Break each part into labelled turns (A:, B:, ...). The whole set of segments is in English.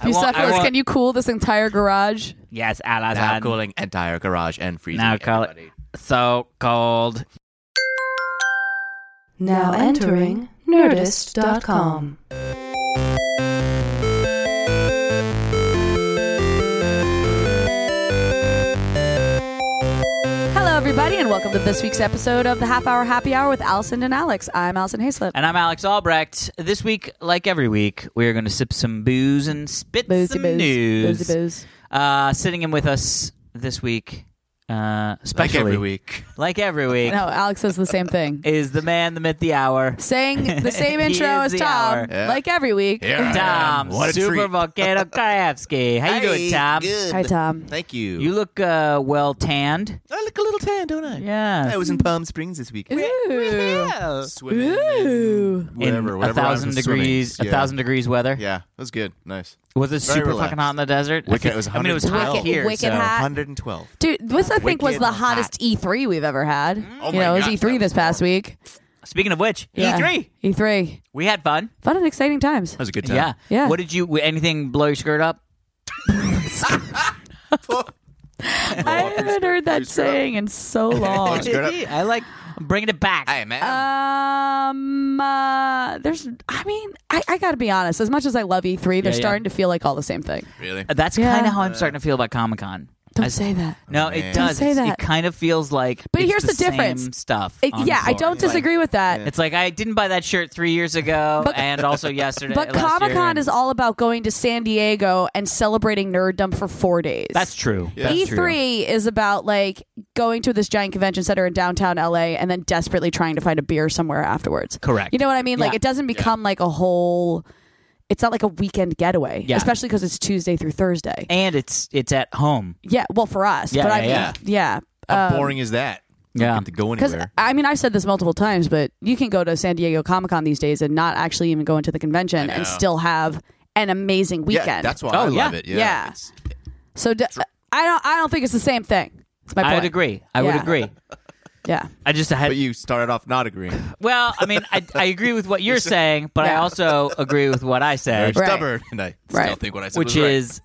A: I won't- I
B: Bucephalus,
A: won't-
B: can you cool this entire garage?
A: Yes, Alazan.
C: Now cooling entire garage and freezing
A: Now call it-
C: everybody.
A: So cold.
D: Now entering Nerdist.com.
B: Hello, everybody, and welcome to this week's episode of the Half Hour Happy Hour with Allison and Alex. I'm Allison Hazlett.
A: And I'm Alex Albrecht. This week, like every week, we are going to sip some booze and spit
B: Boozy
A: some
B: booze.
A: news.
B: Boozy booze.
A: Uh, sitting in with us this week, uh,
C: Like
A: especially
C: every week.
A: like every week,
B: No, Alex says the same thing.
A: is the man, the myth, the hour.
B: Saying the same
A: He
B: intro
A: is
B: as
A: the
B: Tom,
A: hour.
C: Yeah.
B: like every week.
C: Here I
A: Tom,
C: am. What a
A: Super
C: treat.
A: Volcano Krajewski. How you doing,
C: Hey,
A: Tom?
C: Good.
B: Hi, Tom.
C: Thank you.
A: You look uh, well tanned.
C: I look a little tan, don't I?
A: Yeah.
C: I was in Palm Springs this weekend.
B: Ooh.
C: Swimming.
B: Ooh.
C: in Whatever,
A: in a
C: whatever rhymes
A: thousand
C: with swimming.
A: degrees,
C: yeah.
A: a thousand degrees weather.
C: Yeah, that was good. Nice.
A: Was it
C: Very
A: super fucking
C: relaxed.
A: hot in the desert? I
C: Wicked-
A: think-
C: it was
A: I mean, it was hot
C: 112.
A: here.
B: Wicked
A: so.
B: hot.
C: 112.
B: Dude, this I think was
C: Wicked
B: the
C: hot.
B: hottest E3 we've ever had. you
C: Oh my
B: know, it
C: God,
B: was E3
C: that
B: this
C: was E
B: past week.
A: Speaking of which,
B: Yeah.
A: E3,
B: E3.
A: we had fun.
B: Fun and exciting times.
C: That was a good time.
A: Yeah.
B: Yeah.
A: What did you? Anything blow your skirt up?
B: I haven't heard that
C: screwed up.
B: saying in so long.
C: Skirt up?
A: I like I'm bringing it back.
C: Hey, man.
B: Uh, Um, uh, there's, I mean, I, I gotta be honest. As much as I love E3, they're
A: Yeah, yeah.
B: starting to feel like all the same thing.
C: really?
A: That's
B: Yeah.
A: kind of how I'm starting to feel about Comic Con.
B: Don't say that.
A: No,
C: Oh, man.
A: it
C: Don't
A: does.
B: say
A: It's- It
B: that.
A: kind of feels like.
B: But
A: it's
B: here's the difference.
A: same stuff.
B: It- yeah, I
A: honestly.
B: don't disagree with that.
A: It's like I didn't buy that shirt three years ago,
B: But-
A: and also yesterday.
B: But
A: last year,
B: Comic Con
A: and-
B: is all about going to San Diego and celebrating nerddom for four days.
A: That's true.
C: Yeah.
A: That's
B: E3
A: true.
B: is about like going to this giant convention center in downtown LA and then desperately trying to find a beer somewhere afterwards.
A: Correct.
B: You know what I mean? Like
A: Yeah.
B: it doesn't become like a whole. It's not like a weekend getaway,
A: Yeah.
B: especially because it's Tuesday through Thursday.
A: and it's it's at home.
B: Yeah, well, for us,
A: Yeah,
B: but
A: yeah,
B: I mean,
C: yeah.
B: yeah,
C: How boring is that? You
A: Yeah.
C: don't get to go
B: uh, Because
C: anywhere.
B: I mean, I've said this multiple times, but you can go to San Diego Comic Con these days and not actually even go into the convention
C: know.
B: and still have an amazing weekend.
C: Yeah, that's why
A: Oh,
C: I
A: yeah.
C: love it. Yeah.
B: Yeah.
C: It's-
B: so. D- uh, I don't. I don't think it's the same thing. It's my
A: I
B: point.
A: would agree. I would
B: Yeah.
A: agree.
B: Yeah.
A: I just had
C: But you started off not agreeing.
A: Well, I mean, I, I agree with what you're saying, but I
B: Yeah.
A: also agree with what I
C: Very
A: said,
B: Right.
C: stubborn. And I still
B: Right.
C: think what I said
A: which
C: was right.
A: is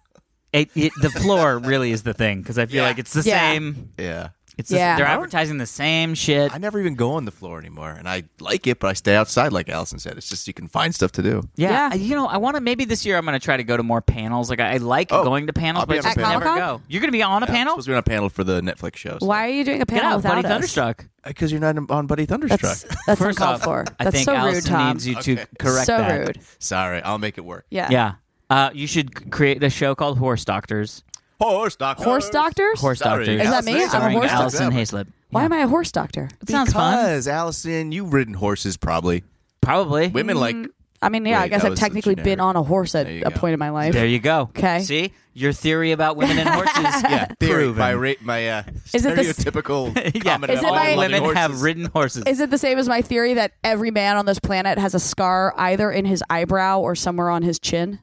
A: it, it, the floor really is the thing because I feel
C: Yeah.
A: like it's the
B: Yeah.
A: same.
C: Yeah.
A: It's the-
B: Yeah.
A: they're advertising the same shit.
C: I never even go on the floor anymore, and I like it, but I stay outside, like Allison said. It's just you can find stuff to do.
A: Yeah,
B: Yeah.
A: you know, I want to. Maybe this year I'm going to try to go to more panels. Like I, I like
C: Oh,
A: going to panels,
C: I'll
A: but
C: be
A: I
C: on
A: just
C: a panel.
A: never
B: Comic-Con?
A: go. You're going to be on a
C: Yeah, I'm
A: panel?
C: supposed to be on a panel for the Netflix show.
B: Why are you doing a
A: Get
B: panel
A: out,
B: without
A: Buddy
B: us?
A: Thunderstruck.
C: Because you're not on Buddy Thunderstruck.
B: That's that's
A: First
B: uncalled
A: off,
B: for.
A: I
B: That's
A: think
B: so
A: Allison
B: rude, Tom.
A: needs you to
C: Okay.
A: correct
B: so
A: that.
B: rude.
C: Sorry, I'll make it work.
B: Yeah.
A: Yeah. Uh, you should c- create a show called Horse Doctors.
C: Horse doctor.
B: Horse doctors.
A: Horse
C: Sorry,
A: Doctors.
B: Is that me?
C: Allison,
B: I'm a
A: Starring
B: horse
C: Allison
A: Allison
C: Bever.
A: Hayslip.
B: Why
A: Yeah.
B: am I a horse doctor?
A: It sounds fun.
C: Because Allison, you've ridden horses, probably.
A: Probably.
C: Women like.
B: I mean, yeah, I
C: Wait,
B: guess
C: that
B: I've
C: was the
B: technically
C: generic.
B: been on a horse at
C: There you
B: a
C: go.
B: point in my life.
A: There you go.
B: 'Kay.
A: See your theory about women and horses.
C: Yeah, theory,
A: uh, proven.
C: my ra- my uh,
B: Is it the s-
C: stereotypical
A: yeah.
C: comment
B: Is it
C: about
A: all
B: my-
C: loving
A: women
C: horses.
A: have ridden horses.
B: Is it the same as my theory that every man on this planet has a scar either in his eyebrow or somewhere on his chin?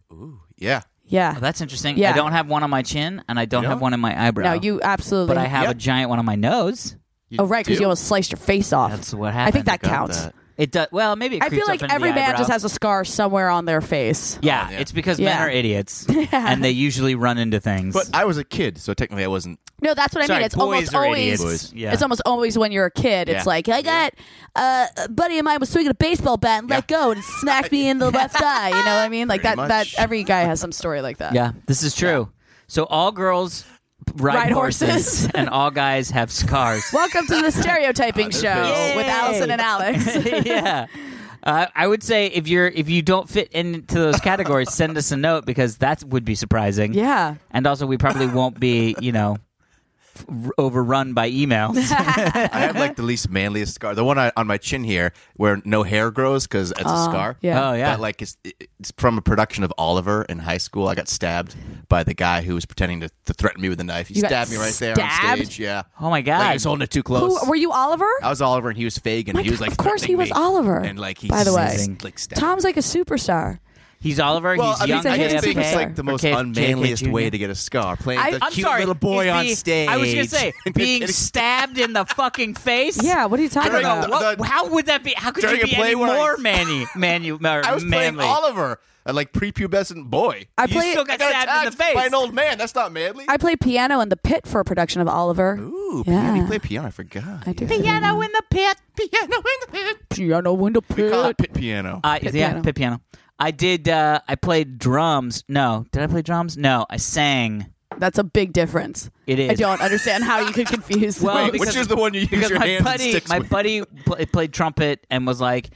C: Yeah,
B: Yeah.
A: Oh, that's interesting. I
B: Yeah.
A: don't have one on my chin, and I don't
C: You
A: have
C: don't?
A: one in my eyebrow.
B: no, you absolutely.
A: But I have
C: Yeah.
A: a giant one on my nose.
B: oh, right, because
C: do.
B: you almost sliced your face off.
A: That's what
B: I
A: happened.
B: think that
C: got
B: counts.
C: that.
A: It does. Well, maybe. It
B: I
A: creeps
B: feel
A: up
B: like
A: into the
B: every man
A: eyebrow.
B: just has a scar somewhere on their face.
A: Yeah,
C: Oh, yeah.
A: it's because men
B: Yeah.
A: are idiots, and they usually run into things.
C: but I was a kid, so technically I wasn't.
B: No, that's what I
A: Sorry,
B: mean. It's
A: boys
B: almost
A: are
B: always.
A: idiots. Boys. Yeah.
B: It's almost always when you're a kid. It's
C: Yeah.
B: like I got uh, a buddy of mine was swinging a baseball bat and let go and it smacked me in the left eye. You know what I mean? Like
C: Pretty
B: that. That
C: much.
B: every guy has some story like that.
A: yeah, this is true. So all girls ride,
B: Ride
A: horses,
B: horses.
A: and all guys have scars.
B: Welcome to the stereotyping show
C: pals.
B: with
A: Yay.
B: Allison and Alex.
A: yeah. Uh, I would say if you're if you don't fit into those categories, send us a note because that would be surprising.
B: yeah.
A: And also, we probably won't be you know f- overrun by emails.
C: I have like the least manliest scar, the one I, on my chin here where no hair grows because it's a scar.
B: Yeah.
A: Oh yeah.
C: But like it's, it's from a production of Oliver in high school. I got stabbed by the guy who was pretending to, to threaten me with a knife. He
B: You got
C: stabbed me right there on
B: stabbed?
C: stage. Yeah.
A: oh my
C: Like,
A: god.
C: he was holding it too close.
B: Who, were you Oliver?
C: I was Oliver and he was Fagin.
B: My
C: he was
B: God,
C: like
B: of course
C: threatening
B: he was
C: me.
B: Oliver,
C: And like he
B: by the way.
C: s- like stabbed.
B: Tom's like a superstar.
A: He's Oliver.
C: Well,
A: he's
C: I mean,
A: young.
B: a
C: I
B: hit
A: JFK,
C: just think it's
B: Or
C: like the most
A: K-
C: unmanliest
A: JFK
C: way
A: Jr..
C: to get a scar. Playing
A: I,
C: the
A: I'm
C: cute
A: sorry,
C: little boy
A: is
C: on
A: the-
C: stage.
A: I was gonna say being stabbed in the fucking face.
B: Yeah, what are you talking
A: I don't know.
B: about?
A: What,
C: The-
A: how would that be? How could
C: During
A: you
C: a
A: be
C: play
A: any
C: where I-
A: more manny, manu, or
C: I was playing
A: manly?
C: Oliver, a like prepubescent boy.
B: I
A: you
B: play-
A: still
C: I
A: got
C: got
A: stabbed in the
C: attacked
A: face.
C: by an old man. That's not manly.
B: I played piano in the pit for a production of Oliver.
C: Ooh,
B: Yeah.
C: piano. You play piano. I forgot.
B: I did.
A: Piano in the pit.
C: Piano in the pit.
B: Piano in the
C: We call
B: pit.
C: it pit piano.
A: I
B: Pit
A: Uh, yeah,
B: piano.
A: pit piano. I did. Uh, I played drums. No, did I play drums? No, I sang.
B: That's a big difference.
A: It is.
B: I don't understand how you could confuse.
A: Well,
B: those.
C: Wait,
A: because-
C: which is the one you use
A: because
C: your
A: my
C: hands and
A: buddy,
C: sticks
A: my
C: with?
A: buddy pl- played trumpet and was like,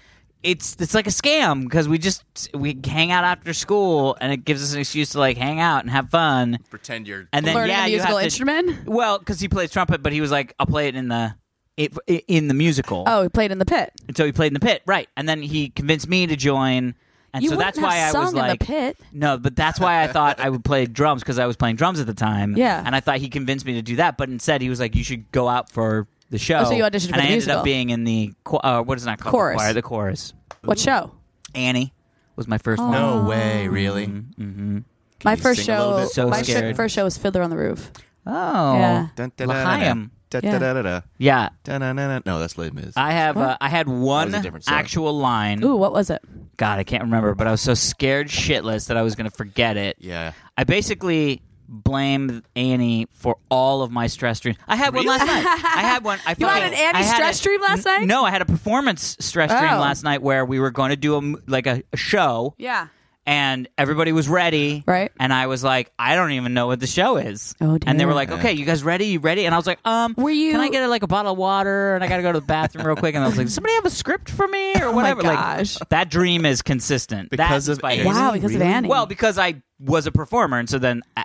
A: "It's it's like a scam because we just we hang out after school and it gives us an excuse to like hang out and have fun."
C: Pretend you're.
A: And then
B: learning
A: yeah,
B: a
A: you
B: musical
A: have to-
B: instrument.
A: Well, because he plays trumpet, but he was like, "I'll play it in the it, in the musical."
B: Oh, he played in the pit.
A: and so he played in the pit, right? And then he convinced me to join, and
B: you
A: so
B: wouldn't
A: that's
B: have
A: why I
B: sung
A: was
B: in
A: like,
B: the pit.
A: no, but that's why I thought I would play drums because I was playing drums at the time.
B: Yeah.
A: and I thought he convinced me to do that, but instead he was like, "You should go out for the show."
B: Oh, so you auditioned for
A: and
B: the
A: I ended
B: musical.
A: up being in the cho- uh, what is it not called
B: Chorus.
A: The choir, the chorus.
B: What show?
A: Annie was my
B: Oh.
A: first one.
C: No way, really.
A: Mm-hmm.
B: my
C: Oh. you
B: first
C: sing a little
B: show.
C: bit?
A: So
B: my
A: scared.
B: first show was Fiddler on the Roof.
A: Oh,
B: Yeah.
C: Dun, dun, dun, dun,
A: L'chaim.
C: dun,
B: Yeah.
C: dun, dun, dun, dun.
A: Yeah,
C: Dun, dun, dun, dun. No, that's Les Mis.
A: I have. Uh, I had one
C: That was a different song.
A: actual line.
B: Ooh, what was it?
A: God, I can't remember, but I was so scared shitless that I was going to forget it.
C: Yeah.
A: I basically blame Annie for all of my stress dreams. I had one last night. I had one. I
B: You had
A: fucking-
B: an Annie
A: I had
B: stress
A: a-
B: dream last night?
A: No, I had a performance stress dream
B: Oh.
A: last night where we were going to do a m- like a, a show,
B: Yeah.
A: and everybody was ready,
B: Right.
A: And I was like, I don't even know what the show is.
B: Oh,
A: And they were
B: dear.
A: like, Okay, you guys ready? You ready? And I was like, Um,
B: Were you-
A: Can I get like a bottle of water? And I got to go to the bathroom real quick. And I was like, Does Somebody have a script for me or whatever.
B: Oh gosh.
A: Like that dream is consistent That
C: Because of
A: inspired-
C: Annie?
B: Wow, because of
C: Really?
B: Annie.
A: well, because I was a performer, and so then I,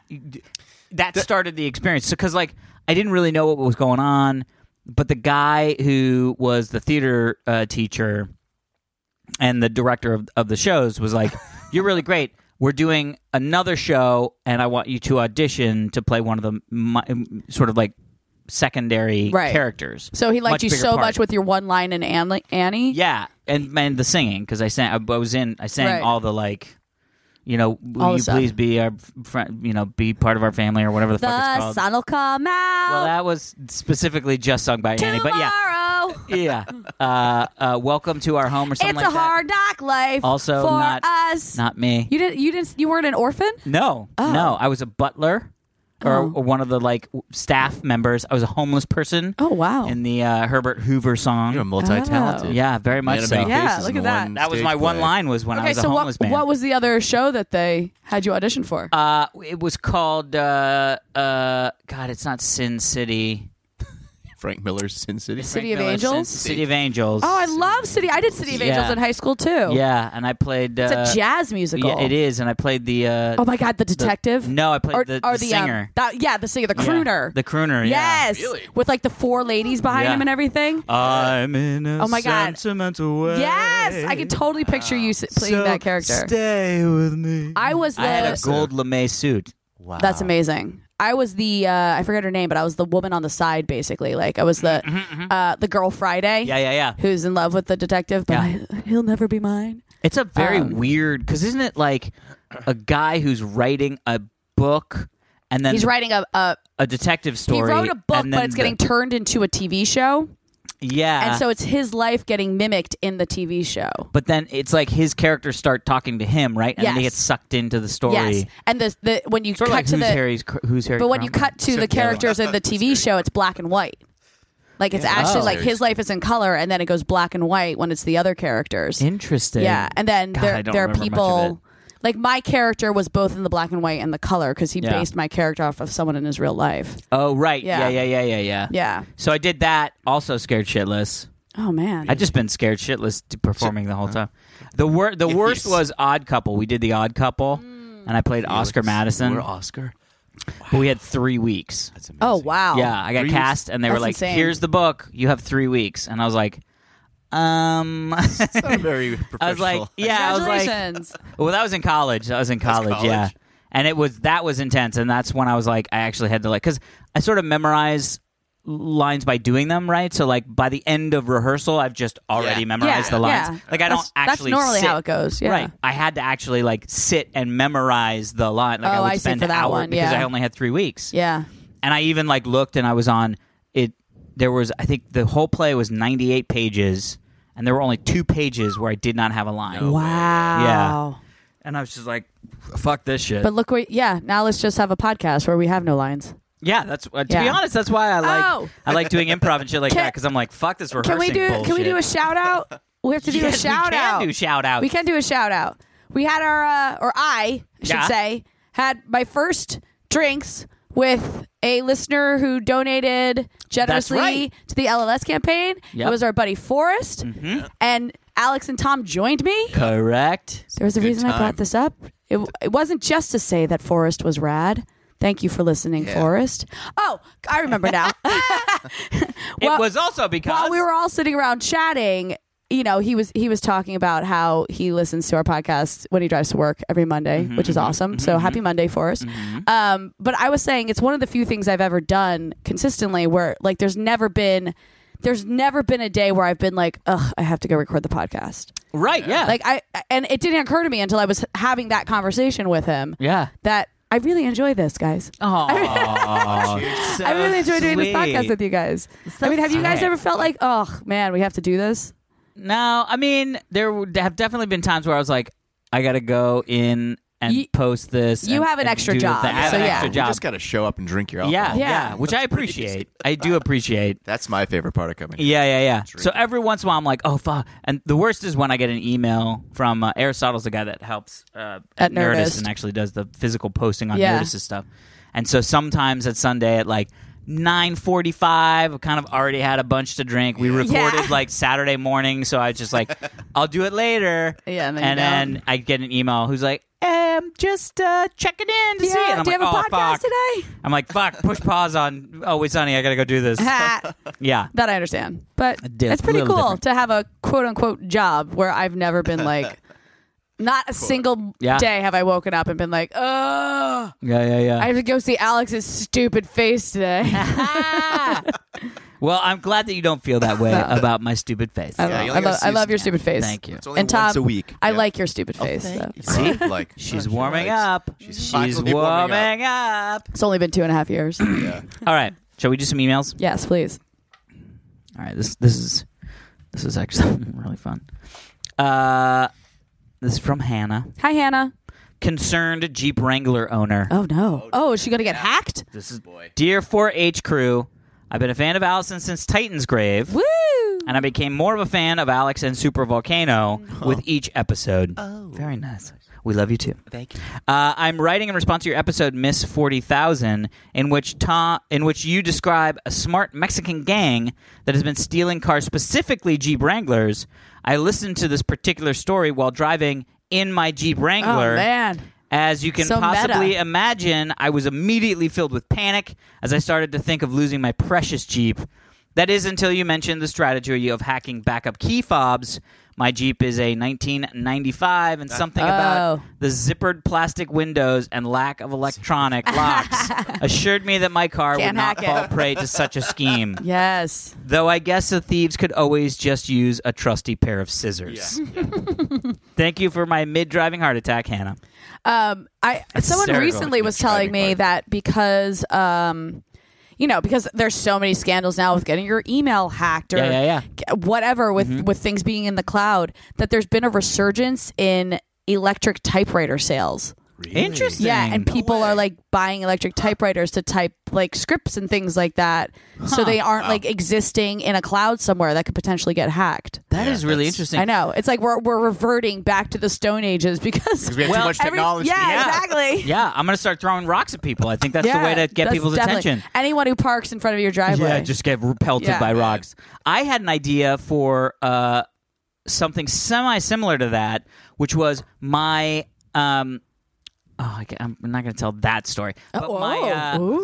A: that started the experience. Because like I didn't really know what was going on, but the guy who was the theater uh, teacher and the director of, of the shows was like, "You're really great. We're doing another show, and I want you to audition to play one of the mi- sort of like secondary
B: Right.
A: characters."
B: so he liked
A: Much
B: you
A: bigger
B: so
A: part.
B: much with your one line in Annie. Annie?
A: Yeah, and and the singing because I sang. I was in. I sang
B: Right.
A: all the like, you know, will
B: All the
A: you
B: stuff.
A: please be our friend? You know, be part of our family or whatever the, fuck it's
B: The
A: called.
B: sun'll come out.
A: Well, that was specifically just sung by Annie, but yeah,
B: tomorrow.
A: yeah. Uh, uh, welcome to our home or something
B: It's
A: like
B: a hard knock life.
A: Also
B: for
A: not-
B: us.
A: that. Not me.
B: you didn't. You didn't. You weren't an orphan.
A: no,
B: Oh.
A: no. I was a butler. Or, or one of the like w- staff members. I was a homeless person
B: Oh wow.
A: in the uh, Herbert Hoover song.
C: You're a multi-talented.
B: Oh.
A: yeah, very much
C: Man of
A: so.
C: many
B: Yeah,
C: faces
B: look
C: in
B: at that.
C: one
A: That was
C: stage
A: my one
C: play.
A: line was when I
B: okay,
A: was a
B: so
A: homeless
B: what,
A: man.
B: what was the other show that they had you audition for?
A: Uh, it was called uh, uh, God. It's not Sin City.
C: Frank Miller's Sin City.
A: Frank
B: City of
A: Miller's Sin-
B: Angels?
A: City of Angels.
B: oh, I love City. I did City of Angels
A: Yeah.
B: in high school too.
A: yeah, and I played. Uh,
B: it's a jazz musical.
A: Yeah, it is, and I played the. Uh,
B: Oh my god, the detective.
A: no, I played
B: Or-
A: the,
B: or
A: the
B: um,
A: singer.
B: that- yeah, the singer, the
A: Yeah,
B: crooner.
A: the crooner. Yeah.
B: yes, with like the four ladies behind
A: Yeah.
B: him and everything.
A: I'm in a
B: Oh my God.
A: sentimental way.
B: Yes, I can totally picture you s- playing
A: So
B: that character.
A: Stay with me.
B: I was the.
A: I had a gold lame suit.
C: Wow.
B: That's amazing. I was the uh, I forget her name, but I was the woman on the side basically. Like I was the uh, the girl Friday.
A: Mm-hmm, Yeah, yeah, yeah.
B: Who's in love with the detective, but
A: Yeah.
B: I- he'll never be mine.
A: It's a very
B: Um,
A: weird because isn't it like a guy who's writing a book and then
B: He's writing a, a
A: a detective
B: he
A: story.
B: wrote a book,
A: and
B: but
A: then
B: it's
A: the- Ah.
B: getting turned into a TV show,
A: yeah.
B: and so it's his life getting mimicked in the TV show.
A: But then it's like his characters start talking to him, right? And then he
B: Yes.
A: gets sucked into the story.
B: Yes, and the the when you
A: Sort of
B: cut
A: like
B: to
A: who's
B: the
A: Harry's, cr- who's Harry.
B: but when you
A: Crumb?
B: cut to the characters in the TV show, it's black and white. Like it's actually
A: Oh.
B: like his life is in color, and then it goes black and white when it's the other characters.
A: interesting.
B: Yeah, and then
A: God, I
B: there
A: don't
B: there are
A: remember much of
B: people like my character was both in the black and white and the color because he
A: Yeah.
B: based my character off of someone in his real life.
A: Oh right,
B: Yeah.
A: yeah. yeah, yeah, yeah, yeah,
B: Yeah.
A: So I did that. Also scared shitless.
B: Oh man.
A: I just been scared shitless to performing the whole time. The wor- the worst was Odd Couple. We did the Odd Couple,
B: Mm.
A: and I played Oscar Madison.
C: We're Oscar.
A: But we had three weeks.
C: That's amazing.
B: oh wow.
A: Yeah, I got
C: Three
A: cast, and they were
B: That's
A: like,
B: insane.
A: "Here's the book. You have three weeks." And I was like, um.
C: It's not very professional.
A: I was like, yeah, I was like,
B: Congratulations.
A: Well, that was in college. That was in college,
C: college.
A: yeah. And it was that was intense, and that's when I was like, I actually had to like, because I sort of memorize lines by doing them right. So like by the end of rehearsal, I've just already
C: Yeah.
A: memorized
B: Yeah,
A: the lines.
B: yeah.
A: Like I don't
B: That's- that's
A: actually.
B: normally
A: sit-
B: how it goes, yeah.
A: Right. I had to actually like sit and memorize the line. Like I
B: Oh,
A: would
B: I see,
A: spend
B: for that
A: hours
B: one,
A: because
B: yeah.
A: I only had three weeks.
B: Yeah.
A: And I even like looked and I was on it. There was I think the whole play was ninety eight pages, and there were only two pages where I did not have a line.
B: Wow.
A: And I was just like, fuck this shit.
B: But look, where yeah. Now let's just have a podcast where we have no lines.
A: yeah, that's uh, to be
B: Yeah.
A: honest, that's why I like
B: Oh.
A: I like doing improv and shit like
B: Can-
A: that because I'm like, fuck this rehearsing
B: Can we do? Can we
A: bullshit.
B: do a shout out? We have to do
A: Yes,
B: a shout
A: we
B: out.
A: Can do shout out.
B: we can do a shout out. We had our, uh, or I should
A: Yeah.
B: say, had my first drinks with a listener who donated generously
A: right.
B: to the LLS campaign.
A: Yep. Mm-hmm.
B: It was our buddy Forrest, and Alex and Tom joined me.
A: Correct.
B: There was a
C: Good
B: reason I
C: time.
B: brought this up. It, it wasn't just to say that Forrest was rad. Thank you for listening,
C: Yeah.
B: Forrest. Oh, I remember now.
A: it
B: Well-
A: was also because
B: While we were all sitting around chatting, you know, he was he was talking about how he listens to our podcast when he drives to work every Monday,
C: Mm-hmm,
B: which is awesome. so happy Monday for us. Um, but I was saying it's one of the few things I've ever done consistently where like there's never been there's never been a day where I've been like, ugh, I have to go record the podcast.
A: right. Yeah.
B: Like I and it didn't occur to me until I was having that conversation with him
A: yeah.
B: that I really enjoy this, guys.
A: Oh,
B: I really enjoy doing this podcast with you guys. I mean, have you guys
A: sweet.
B: ever felt like, oh man, we have to do this?
A: No, I mean there would- have definitely been times where I was like, I gotta go in and
B: You-
A: post this.
B: you
A: and-
B: have an
A: and
B: extra
A: do the-
B: job,
A: I have
B: so
A: an
B: yeah.
A: extra
B: You
A: job.
C: You just got to show up and drink your
A: yeah,
C: alcohol.
A: yeah,
B: Yeah.
A: which I appreciate. I do appreciate.
C: That's my favorite part of coming. here.
A: Yeah, yeah, yeah. So every once in a while, I'm like, oh fuck. And the worst is when I get an email from uh, Aristotle's the guy that helps uh,
B: At Nerdist.
A: and actually does the physical posting on
B: Yeah.
A: Nerdist's stuff. And so sometimes at Sunday at like. 9:45 kind of already had a bunch to drink. We recorded
B: Yeah.
A: like Saturday morning, so I was just like I'll do it later.
B: Yeah, and then you
A: and
B: don't.
A: then I get an email who's like, "Um just uh checking in to see it." And I'm
B: do you
A: like,
B: have a
A: "Oh,
B: podcast
A: fuck."
B: today?
A: I'm like, "Fuck, push pause on Oh, it's Sunny. I got to go do this."
B: Ha.
A: yeah.
B: that I understand, but
A: Di-
B: it's pretty
A: little
B: cool
A: different.
B: to have a quote unquote job where I've never been like, not a single
A: Yeah.
B: day have I woken up and been like, oh,
A: Yeah, yeah, yeah.
B: I have to go see Alex's stupid face today.
A: Well, I'm glad that you don't feel that way about my stupid face.
B: I,
C: Yeah,
B: love-
C: you
B: I
C: only gotta
B: love, I
C: see
B: love your
C: us-
B: stupid face.
A: Thank you.
C: It's only
B: and Tom,
C: once a week.
B: I
C: Yeah.
B: like your stupid face. though.
C: See, like
A: She's
C: she
A: warming
C: likes-
A: up.
C: She's,
A: She's
C: finally warming up.
A: warming up.
B: It's only been two and a half years.
A: All right. Shall we do some emails?
B: yes, please.
A: All right. This this is this is actually really fun. Uh this is from Hannah,
B: Hi, Hannah.
A: concerned Jeep Wrangler owner.
B: Oh no. Oh, is she gonna get hacked?
A: This is boy. Dear 4-H crew, I've been a fan of Allison since Titan's Grave.
B: Woo!
A: and I became more of a fan of Alex and Super Volcano with each episode. Mm-hmm. Oh, very nice. We love you too. Thank you. Uh, I'm writing in response to your episode Miss Forty Thousand, in which Tom, in which you describe a smart Mexican gang that has been stealing cars, specifically Jeep Wranglers. I listened to this particular story while driving in my Jeep Wrangler.
B: Oh man.
A: As you can
B: So
A: possibly
B: meta.
A: imagine, I was immediately filled with panic as I started to think of losing my precious Jeep. That is until you mentioned the strategy of hacking backup key fobs. My Jeep is a 1995, and something about
B: Oh.
A: the zippered plastic windows and lack of electronic locks assured me that my car
B: Can't
A: would not
B: hack it.
A: fall prey to such a scheme.
B: Yes.
A: Though I guess the thieves could always just use a trusty pair of scissors. Thank you for my mid driving heart attack, Hannah.
B: Um, I someone
A: hysterical.
B: recently was telling me that because um, you know, because there's so many scandals now with getting your email hacked or
A: Yeah, yeah, Mm-hmm. yeah.
B: g- whatever with with things being in the cloud, that there's been a resurgence in electric typewriter sales.
A: Interesting.
B: Yeah, and people are like buying electric typewriters to type like scripts and things like that, so they aren't like existing in a cloud somewhere that could potentially get hacked.
A: That is really interesting.
B: I know it's like we're we're reverting back to the Stone Ages because
C: Because we have
A: Well,
C: too much
B: every-
C: technology.
B: yeah,
A: Yeah.
B: exactly.
A: Yeah, I'm gonna start throwing rocks at people. I think that's
B: Yeah,
A: the way to get
B: that's
A: people's
B: definitely-
A: attention.
B: Anyone who parks in front of your driveway.
A: Yeah, just get pelted
B: Yeah.
A: by rocks. I had an idea for uh, something semi similar to that, which was my um, oh, I can't- I'm not going to tell that story. But
B: Oh,
A: my, uh,
B: ooh.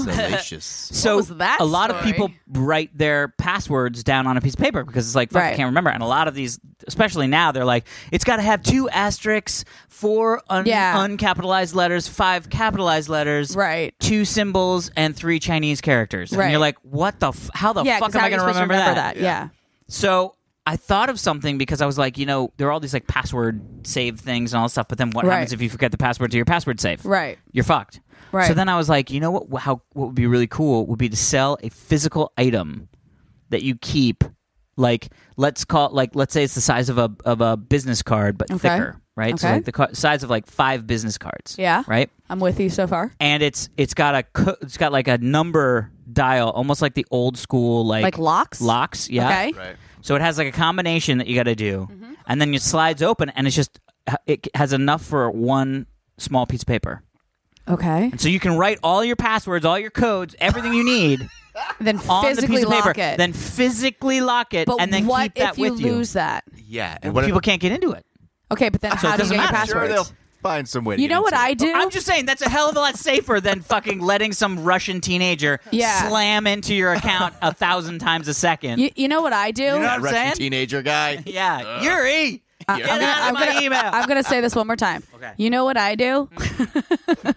C: Salacious.
A: so
B: was that
A: a lot of
B: story?
A: people write their passwords down on a piece of paper because it's like fuck, I
B: Right.
A: can't remember. And a lot of these, especially now, they're like it's got to have two asterisks, four un-
B: Yeah.
A: uncapitalized letters, five capitalized letters,
B: Right.
A: Two symbols and three Chinese characters. And
B: Right.
A: you're like, what the? F- how the
B: yeah,
A: fuck
B: 'cause
A: am
B: how
A: I
B: are you
A: going to
B: supposed
A: remember
B: that? Yeah.
A: So I thought of something because I was like, you know, there are all these like password save things and all this stuff, but then what
B: Right.
A: happens if you forget the password to your password save?
B: Right.
A: You're fucked.
B: Right.
A: So then I was like, you know what? How what would be really cool would be to sell a physical item that you keep, like let's call like let's say it's the size of a of a business card but
B: Okay.
A: thicker, right? So
B: Okay.
A: like the ca- size of like five business cards.
B: Yeah.
A: Right
B: I'm with you so far.
A: and it's it's got a co- it's got like a number dial, almost like the old school like
B: Like locks?
A: locks, yeah.
B: Okay. Mm-hmm.
C: Right.
A: So it has like a combination that you got to do, and then it slides open, and it's just it has enough for one small piece of paper,
B: Okay.
A: and so you can write all your passwords, all your codes, everything you need
B: Then
A: on
B: physically
A: the piece of
B: lock
A: paper,
B: it.
A: then physically lock it,
B: but
A: and then
B: what
A: keep that
B: if you
A: with
B: lose that?
C: Yeah.
A: you.
C: And what if-
A: People can't get into it.
B: Okay, but then
A: So it
B: how do you
A: doesn't
B: get your
A: matter.
C: Sure,
B: passwords?
C: they'll find some way. To
B: you
C: get
B: know what
C: into
B: I
C: it.
B: do?
A: I'm just saying that's a hell of a lot safer than fucking letting some Russian teenager
B: Yeah.
A: slam into your account a thousand times a second.
B: you, you know what I do?
A: know what
C: That
A: I'm
C: Russian
A: saying?
C: teenager guy. Uh,
A: Yeah, Yuri, get
C: I'm
A: out of
B: Uh, I'm
A: my
B: gonna-
A: email.
B: I'm going to say this one more time.
A: Okay.
B: You know what I do?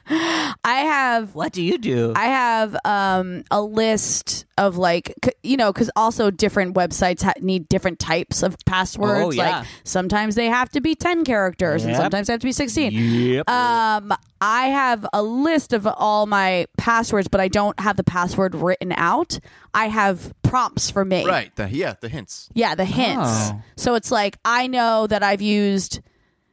B: I have
A: what do you do?
B: I have um, a list of like, c- you know, because also different websites ha- need different types of passwords.
A: Oh, yeah.
B: Like sometimes they have to be 10 characters and
A: Yep.
B: sometimes they have to be 16.
A: yep.
B: Um, I have a list of all my passwords, but I don't have the password written out. I have prompts for me.
C: Right. The, yeah. The hints.
B: Yeah, the hints.
A: Oh.
B: So it's like, I know that I've used.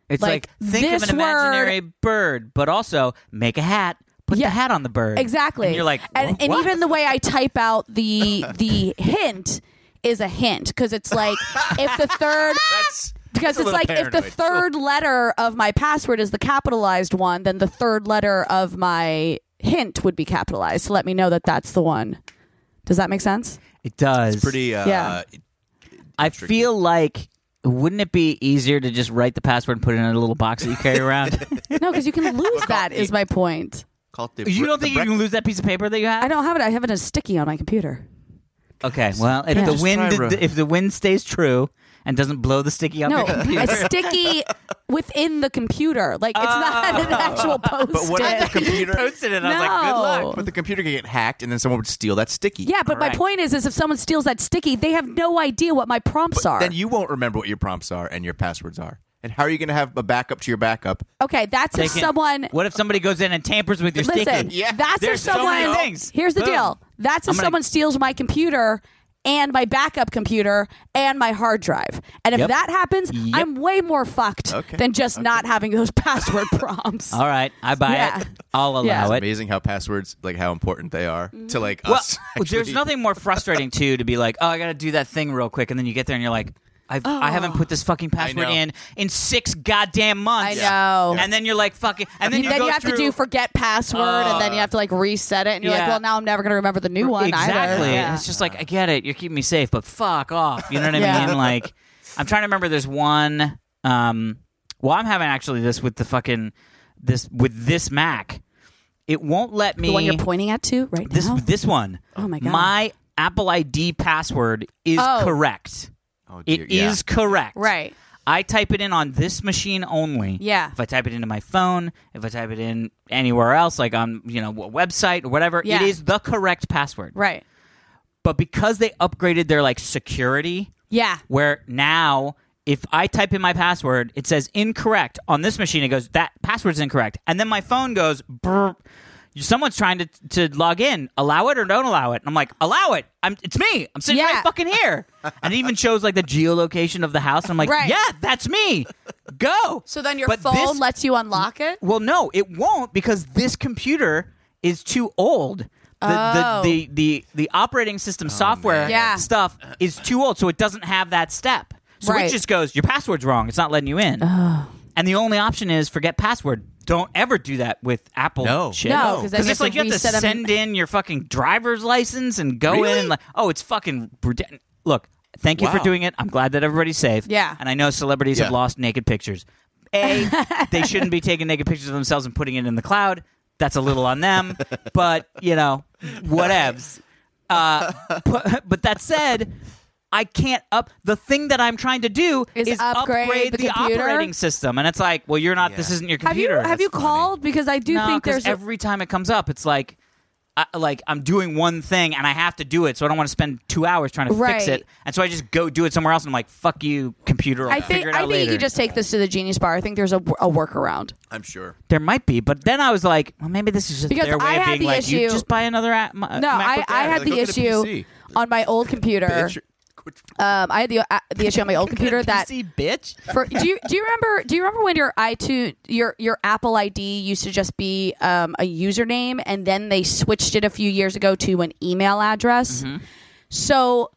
A: it's like,
B: like,
A: think of
B: this
A: an imaginary bird, but also make a hat. Put
B: Yeah.
A: the hat on the bird.
B: Exactly.
A: And you're like,
B: and, and
A: "What?"
B: even the way I type out the the hint is a hint because it's like if the third
C: That's
B: because
C: that's a
B: it's
C: little
B: like if the
C: paranoid.
B: third letter of my password is the capitalized one, then the third letter of my hint would be capitalized. So let me know that that's the one. Does that make sense?
A: it does.
C: Pretty. Uh,
B: Yeah.
A: I feel like. Wouldn't it be easier to just write the password and put it in a little box that you carry around?
B: No, because you can lose that. Is my point.
C: Called the,
A: you
C: bre-
A: don't
C: the
A: think you
C: breakfast-
A: can lose that piece of paper that you have?
B: I don't have it. I have it as sticky on my computer.
A: Okay, well, if
B: Yeah.
A: the
B: Just
A: wind
C: try, bro.
A: if the wind stays true and doesn't blow the sticky out
B: No,
A: the computer,
B: it's sticky within the computer. Like it's not
A: Oh.
B: an actual post.
C: But what if the computer?
A: posted it. I was like,
B: No.
A: good luck.
B: Oh.
C: But the computer could get hacked, and then someone would steal that sticky.
B: Yeah, but
A: Correct.
B: my point is, is if someone steals that sticky, they have no idea what my prompts are.
C: Then you won't remember what your prompts are and your passwords are. And how are you going to have a backup to your backup?
B: okay, that's if
A: They can-
B: someone.
A: What if somebody goes in and tampers with your
B: listen,
A: sticky?
C: Yeah.
B: that's if
A: There's so
B: someone.
A: many things.
B: Here's the
A: Boom.
B: deal. That's if
A: I'm gonna-
B: someone steals my computer and my backup computer and my hard drive. And if
A: Yep.
B: that happens,
A: Yep.
B: I'm way more fucked
C: Okay.
B: than just not having those password prompts.
A: All right, I buy
B: Yeah.
A: it. I'll
B: Yeah.
A: allow
B: It's
A: it.
C: Amazing how passwords, like how important they are to like
A: Well,
C: us.
A: there's
C: actually.
A: nothing more frustrating too to be like, oh, I gotta do that thing real quick, and then you get there and you're like, I've,
B: Oh.
A: I haven't put this fucking password
C: know.
A: in in six goddamn months.
B: I know.
A: And then you're like, fucking, and then you,
B: then you,
A: go
B: have to
A: through- Ah.
B: do forget password, and then you have to like reset it, and you're
A: Yeah.
B: like, well, now I'm never going to remember the new one
A: Exactly.
B: either. Yeah.
A: It's just like I get it. You're keeping me safe, but fuck off. You know what I
B: Yeah.
A: mean? Like I'm trying to remember. There's one. Um, well, I'm having actually this with the fucking this with this Mac. It won't let me.
B: the one you're pointing at too right
A: this
B: now.
A: this one.
B: Oh my God.
A: My Apple ID password is
B: Oh.
A: correct.
C: Oh,
A: It
C: dear.
A: is
C: Yeah.
A: correct.
B: right.
A: I type it in on this machine only.
B: Yeah.
A: If I type it into my phone, if I type it in anywhere else, like on you know a website or whatever,
B: Yeah.
A: it is the correct password.
B: Right.
A: but because they upgraded their like security
B: Yeah.
A: where now if i type in my password it says incorrect on this machine it goes that password's incorrect and then my phone goes brr, someone's trying to to log in allow it or don't allow it and i'm like allow it I'm, it's me i'm sitting
B: Yeah.
A: right fucking here and it even shows like the geolocation of the house and i'm like
B: Right.
A: yeah that's me go
B: So then your
A: But
B: phone
A: this-
B: lets you unlock it?
A: well, no, it won't because this computer is too old. The,
B: Oh.
A: the, the, the, the operating system
C: Oh,
A: software
B: Yeah.
A: stuff is too old, so it doesn't have that step. So it
B: Right.
A: just goes, your password's wrong. It's not letting you in. And the only option is forget password. Don't ever do that with Apple
C: No.
A: shit.
B: No, 'cause then
A: because
B: you
A: it's
B: have to
A: like you have to
B: reset 'em.
A: send in your fucking driver's license and go in and like, oh, it's fucking. brut- Look, thank you for
C: Wow.
A: doing it. I'm glad that everybody's safe.
B: Yeah.
A: and I know celebrities
C: Yeah.
A: have lost naked pictures. A, they shouldn't be taking naked pictures of themselves and putting it in the cloud. That's a little on them, but you know, whatevs. Uh, but, but that said, I can't up the thing that I'm trying to do
B: Is
A: is,
B: upgrade
A: upgrade,
B: the
A: the,
B: computer?
A: operating system, and it's like, well, you're not. This
C: Yeah.
A: isn't your
B: Have you
A: computer.
B: have you called? Because I do
A: No,
B: think
A: 'cause
B: there's a-
A: every time it comes up, it's like, I, like I'm doing one thing and I have to do it, so I don't want to spend two hours trying to
B: Right.
A: fix it, and so I just go do it somewhere else, and I'm like, fuck you, computer. I'll
B: I think
A: figure it out
B: I think
A: later.
B: you could just take this to the genius bar. I think there's a, a workaround.
C: I'm sure.
A: There might be, but then I was like, well, maybe this is just
B: Because
A: their
B: I
A: way
B: had
A: of being
B: the
A: like, you
B: issue-
A: just buy another app. No,
B: No, I, I had
C: Like,
B: the
C: go get a
B: issue
C: PC.
B: on my old computer.
C: Bitch.
B: Um, I had the uh, the issue on my old computer that
A: PC bitch.
B: for do you do you remember do you remember when your iTunes your your Apple ID used to just be um, a username and then they switched it a few years ago to an email address. So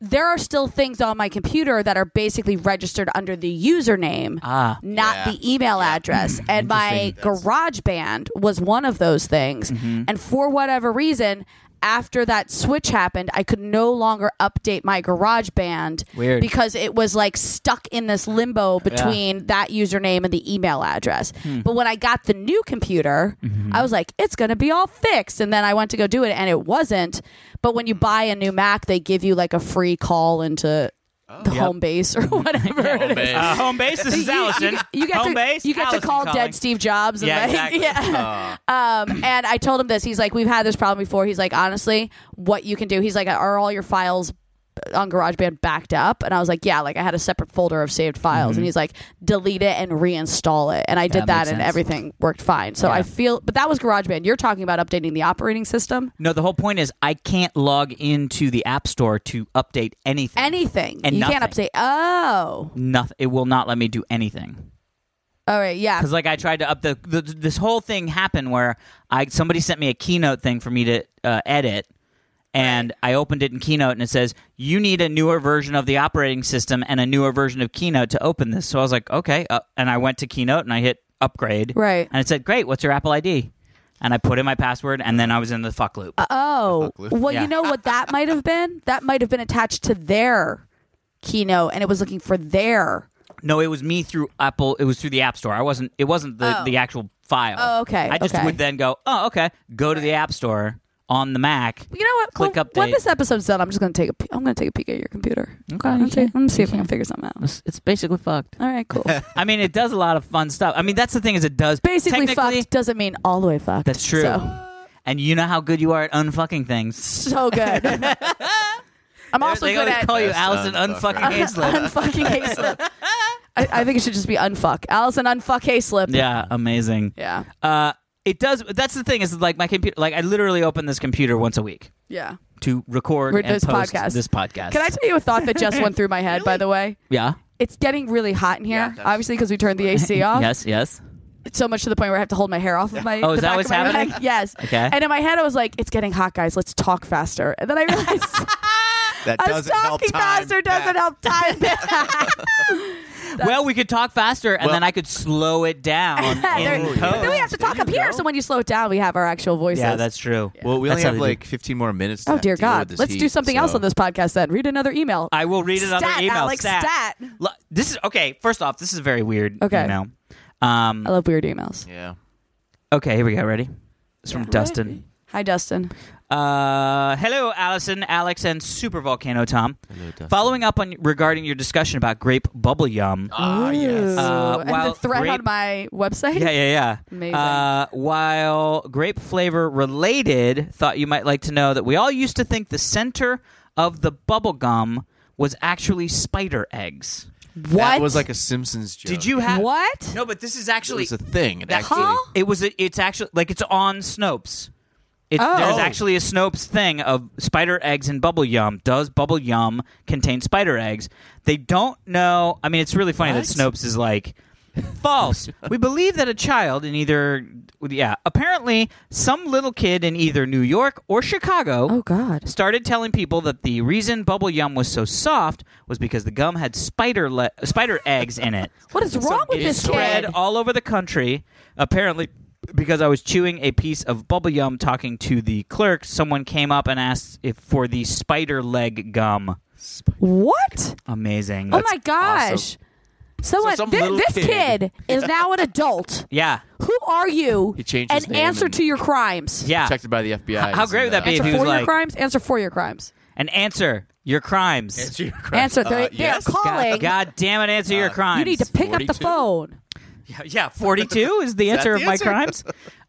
B: there are still things on my computer that are basically registered under the username,
A: Ah.
B: not
C: Yeah.
B: the email address. and my GarageBand was one of those things. And for whatever reason, after that switch happened, I could no longer update my GarageBand
A: Weird.
B: because it was like stuck in this limbo between that username and the email address.
A: Hmm.
B: But when I got the new computer,
A: Mm-hmm.
B: I was like, it's going to be all fixed. And then I went to go do it and it wasn't. But when you buy a new Mac, they give you like a free call into the
A: Oh. Yep.
B: home base or whatever it is.
C: base.
A: Uh, home base. This is
B: You- you-
A: Allison.
B: You, get
A: home
B: to,
A: base.
B: You get to
A: Allison
B: call
A: calling.
B: dead Steve Jobs. And
A: Yeah,
B: like,
A: exactly.
B: yeah. Um, and I told him this. He's like, we've had this problem before. He's like, honestly, what you can do. He's like, are all your files on GarageBand backed up? And I was like, yeah. Like I had a separate folder of saved files. And he's like, delete it and reinstall it. And I did
A: Mm-hmm. That
B: that,
A: makes
B: and
A: sense.
B: everything worked fine. So
A: Yeah.
B: I feel, but that was GarageBand. You're talking about updating the operating system.
A: No, the whole point is I can't log into the App Store to update anything.
B: Anything
A: And
B: you can't
A: nothing.
B: update. Oh,
A: Nothing. It will not let me do anything.
B: all right, yeah.
A: Because like I tried to up the, the this whole thing happened where I somebody sent me a keynote thing for me to uh, edit, and I opened it in Keynote and it says you need a newer version of the operating system and a newer version of Keynote to open this. So I was like, okay, uh, and I went to Keynote and I hit upgrade,
B: Right.
A: and it said, great, what's your Apple ID? And I put in my password, and then I was in the fuck loop.
B: Oh,
C: Fuck loop.
B: well,
A: Yeah.
B: you know what that might have been? That might have been attached to their keynote, and it was looking for their.
A: no, it was me through Apple. It was through the App Store. I wasn't. It wasn't the,
B: Oh.
A: the actual file.
B: Oh, okay,
A: I just
B: okay.
A: would then go, oh, okay, go to the App Store on the Mac.
B: You know what?
A: Click
B: Well, When
A: update.
B: this episode's done, I'm just gonna take a. pe- I'm gonna take a peek at your computer.
A: Okay,
B: I'm gonna,
A: you
B: take,
A: can.
B: I'm gonna see
A: You
B: if I can
A: can.
B: figure something out.
A: It's, it's basically fucked.
B: All right, cool.
A: I mean, it does a lot of fun stuff. I mean, that's the thing is, it does
B: Basically,
A: technically-
B: fucked doesn't mean all the way fucked.
A: That's true.
B: So,
A: And you know how good you are at unfucking things.
B: so good. I'm also
A: they
B: good
A: always
B: at
A: call you
C: Best
A: Allison
C: unfucker.
A: unfucking Hazlip.
B: unfucking Hayslip. I, I think it should just be unfuck. Allison unfuck Hayslip.
A: yeah, amazing.
B: Yeah.
A: Uh, it does. That's the thing is, like my computer. Like I literally open this computer once a week
B: Yeah.
A: to record
B: Read
A: and
B: this
A: post
B: podcast.
A: This podcast.
B: Can I tell you a thought that just went through my head? By the way.
A: yeah.
B: it's getting really hot in here,
C: Yeah,
B: Obviously 'cause
C: that's-
B: obviously, because we turned the AC off.
A: Yes. Yes.
B: It's so much to the point where I have to hold my hair off of my.
A: Oh, is
B: the
A: that
B: back
A: what's
B: of my
A: happening?
B: neck. Yes.
A: Okay.
B: And in my head, I was like, "It's getting hot, guys. Let's talk faster." And then I realized
C: That
B: us
C: doesn't help
B: talking
C: time
B: faster doesn't
C: back.
B: help time. back.
A: Well, we could talk faster, and
C: Well-
A: then I could slow it down in
B: There-
A: post.
B: but then we have to talk up here, so when you slow it down, we have our actual voices.
A: yeah, that's true.
C: Well, we
A: That's
C: only
A: how
C: have
A: they do.
C: like 15 more minutes. To
B: Oh dear
C: deal
B: God!
C: with this
B: Let's do
C: heat,
B: something
C: so-
B: else on this podcast then. Read another email.
A: I will read another
B: Stat,
A: email.
B: Alex, stat.
A: Lo- This is okay. First off, this is a very weird
B: Okay.
A: email. Um,
B: I love weird emails.
C: Yeah.
A: okay, here we go. Ready? It's from Dustin.
B: Hi, Dustin.
A: Uh, hello, Allison, Alex, and Super Volcano Tom. Following up on regarding your discussion about grape bubble yum.
C: Ah, yes.
A: Uh,
B: Ooh, and
A: while
B: the thread
A: grape-
B: on my website.
A: Yeah, yeah, yeah.
B: Amazing.
A: Uh, while grape flavor related, thought you might like to know that we all used to think the center of the bubble gum was actually spider eggs.
B: What?
C: That was like a Simpsons joke.
A: Did you have
B: what?
A: No, but this is
C: It
A: actually
C: was a thing. It
A: That-
C: actually.
B: Huh?
A: It was. A, it's actually like it's on Snopes. It,
B: Oh.
A: There's actually a Snopes thing of spider eggs and bubble yum. Does bubble yum contain spider eggs? They don't know. I mean, it's really funny
C: What?
A: that Snopes is like false. we believe that a child in either yeah, apparently some little kid in either New York or Chicago
B: Oh God.
A: started telling people that the reason bubble yum was so soft was because the gum had spider le- spider eggs in it.
B: What is wrong with
A: It
B: this
A: spread
B: kid?
A: all over the country, apparently because I was chewing a piece of bubble yum talking to the clerk. Someone came up and asked if for the spider leg gum.
B: What?
A: Amazing.
B: oh my Oh gosh. Someone,
C: some
B: thi-
C: little
B: this
C: kid.
B: kid is now an adult.
A: Yeah.
B: Who are you?
C: He changed his
B: and
C: name
B: answer
C: and-
B: to your crimes.
A: Yeah.
C: protected by the FBI.
A: How- how great
C: uh,
A: would that be
B: Answer
A: if he
B: for
A: was
B: your
A: like-
B: crimes. Answer for your crimes.
A: And answer your crimes.
C: Answer Uh, your question.
B: Answer. They,
C: Uh,
B: they
C: yes.
B: are calling.
A: God, God damn it, answer your crimes.
B: you need to pick up the
C: 42?
B: phone.
A: Yeah, 42 is the answer
C: the
A: of my
C: answer?
A: crimes.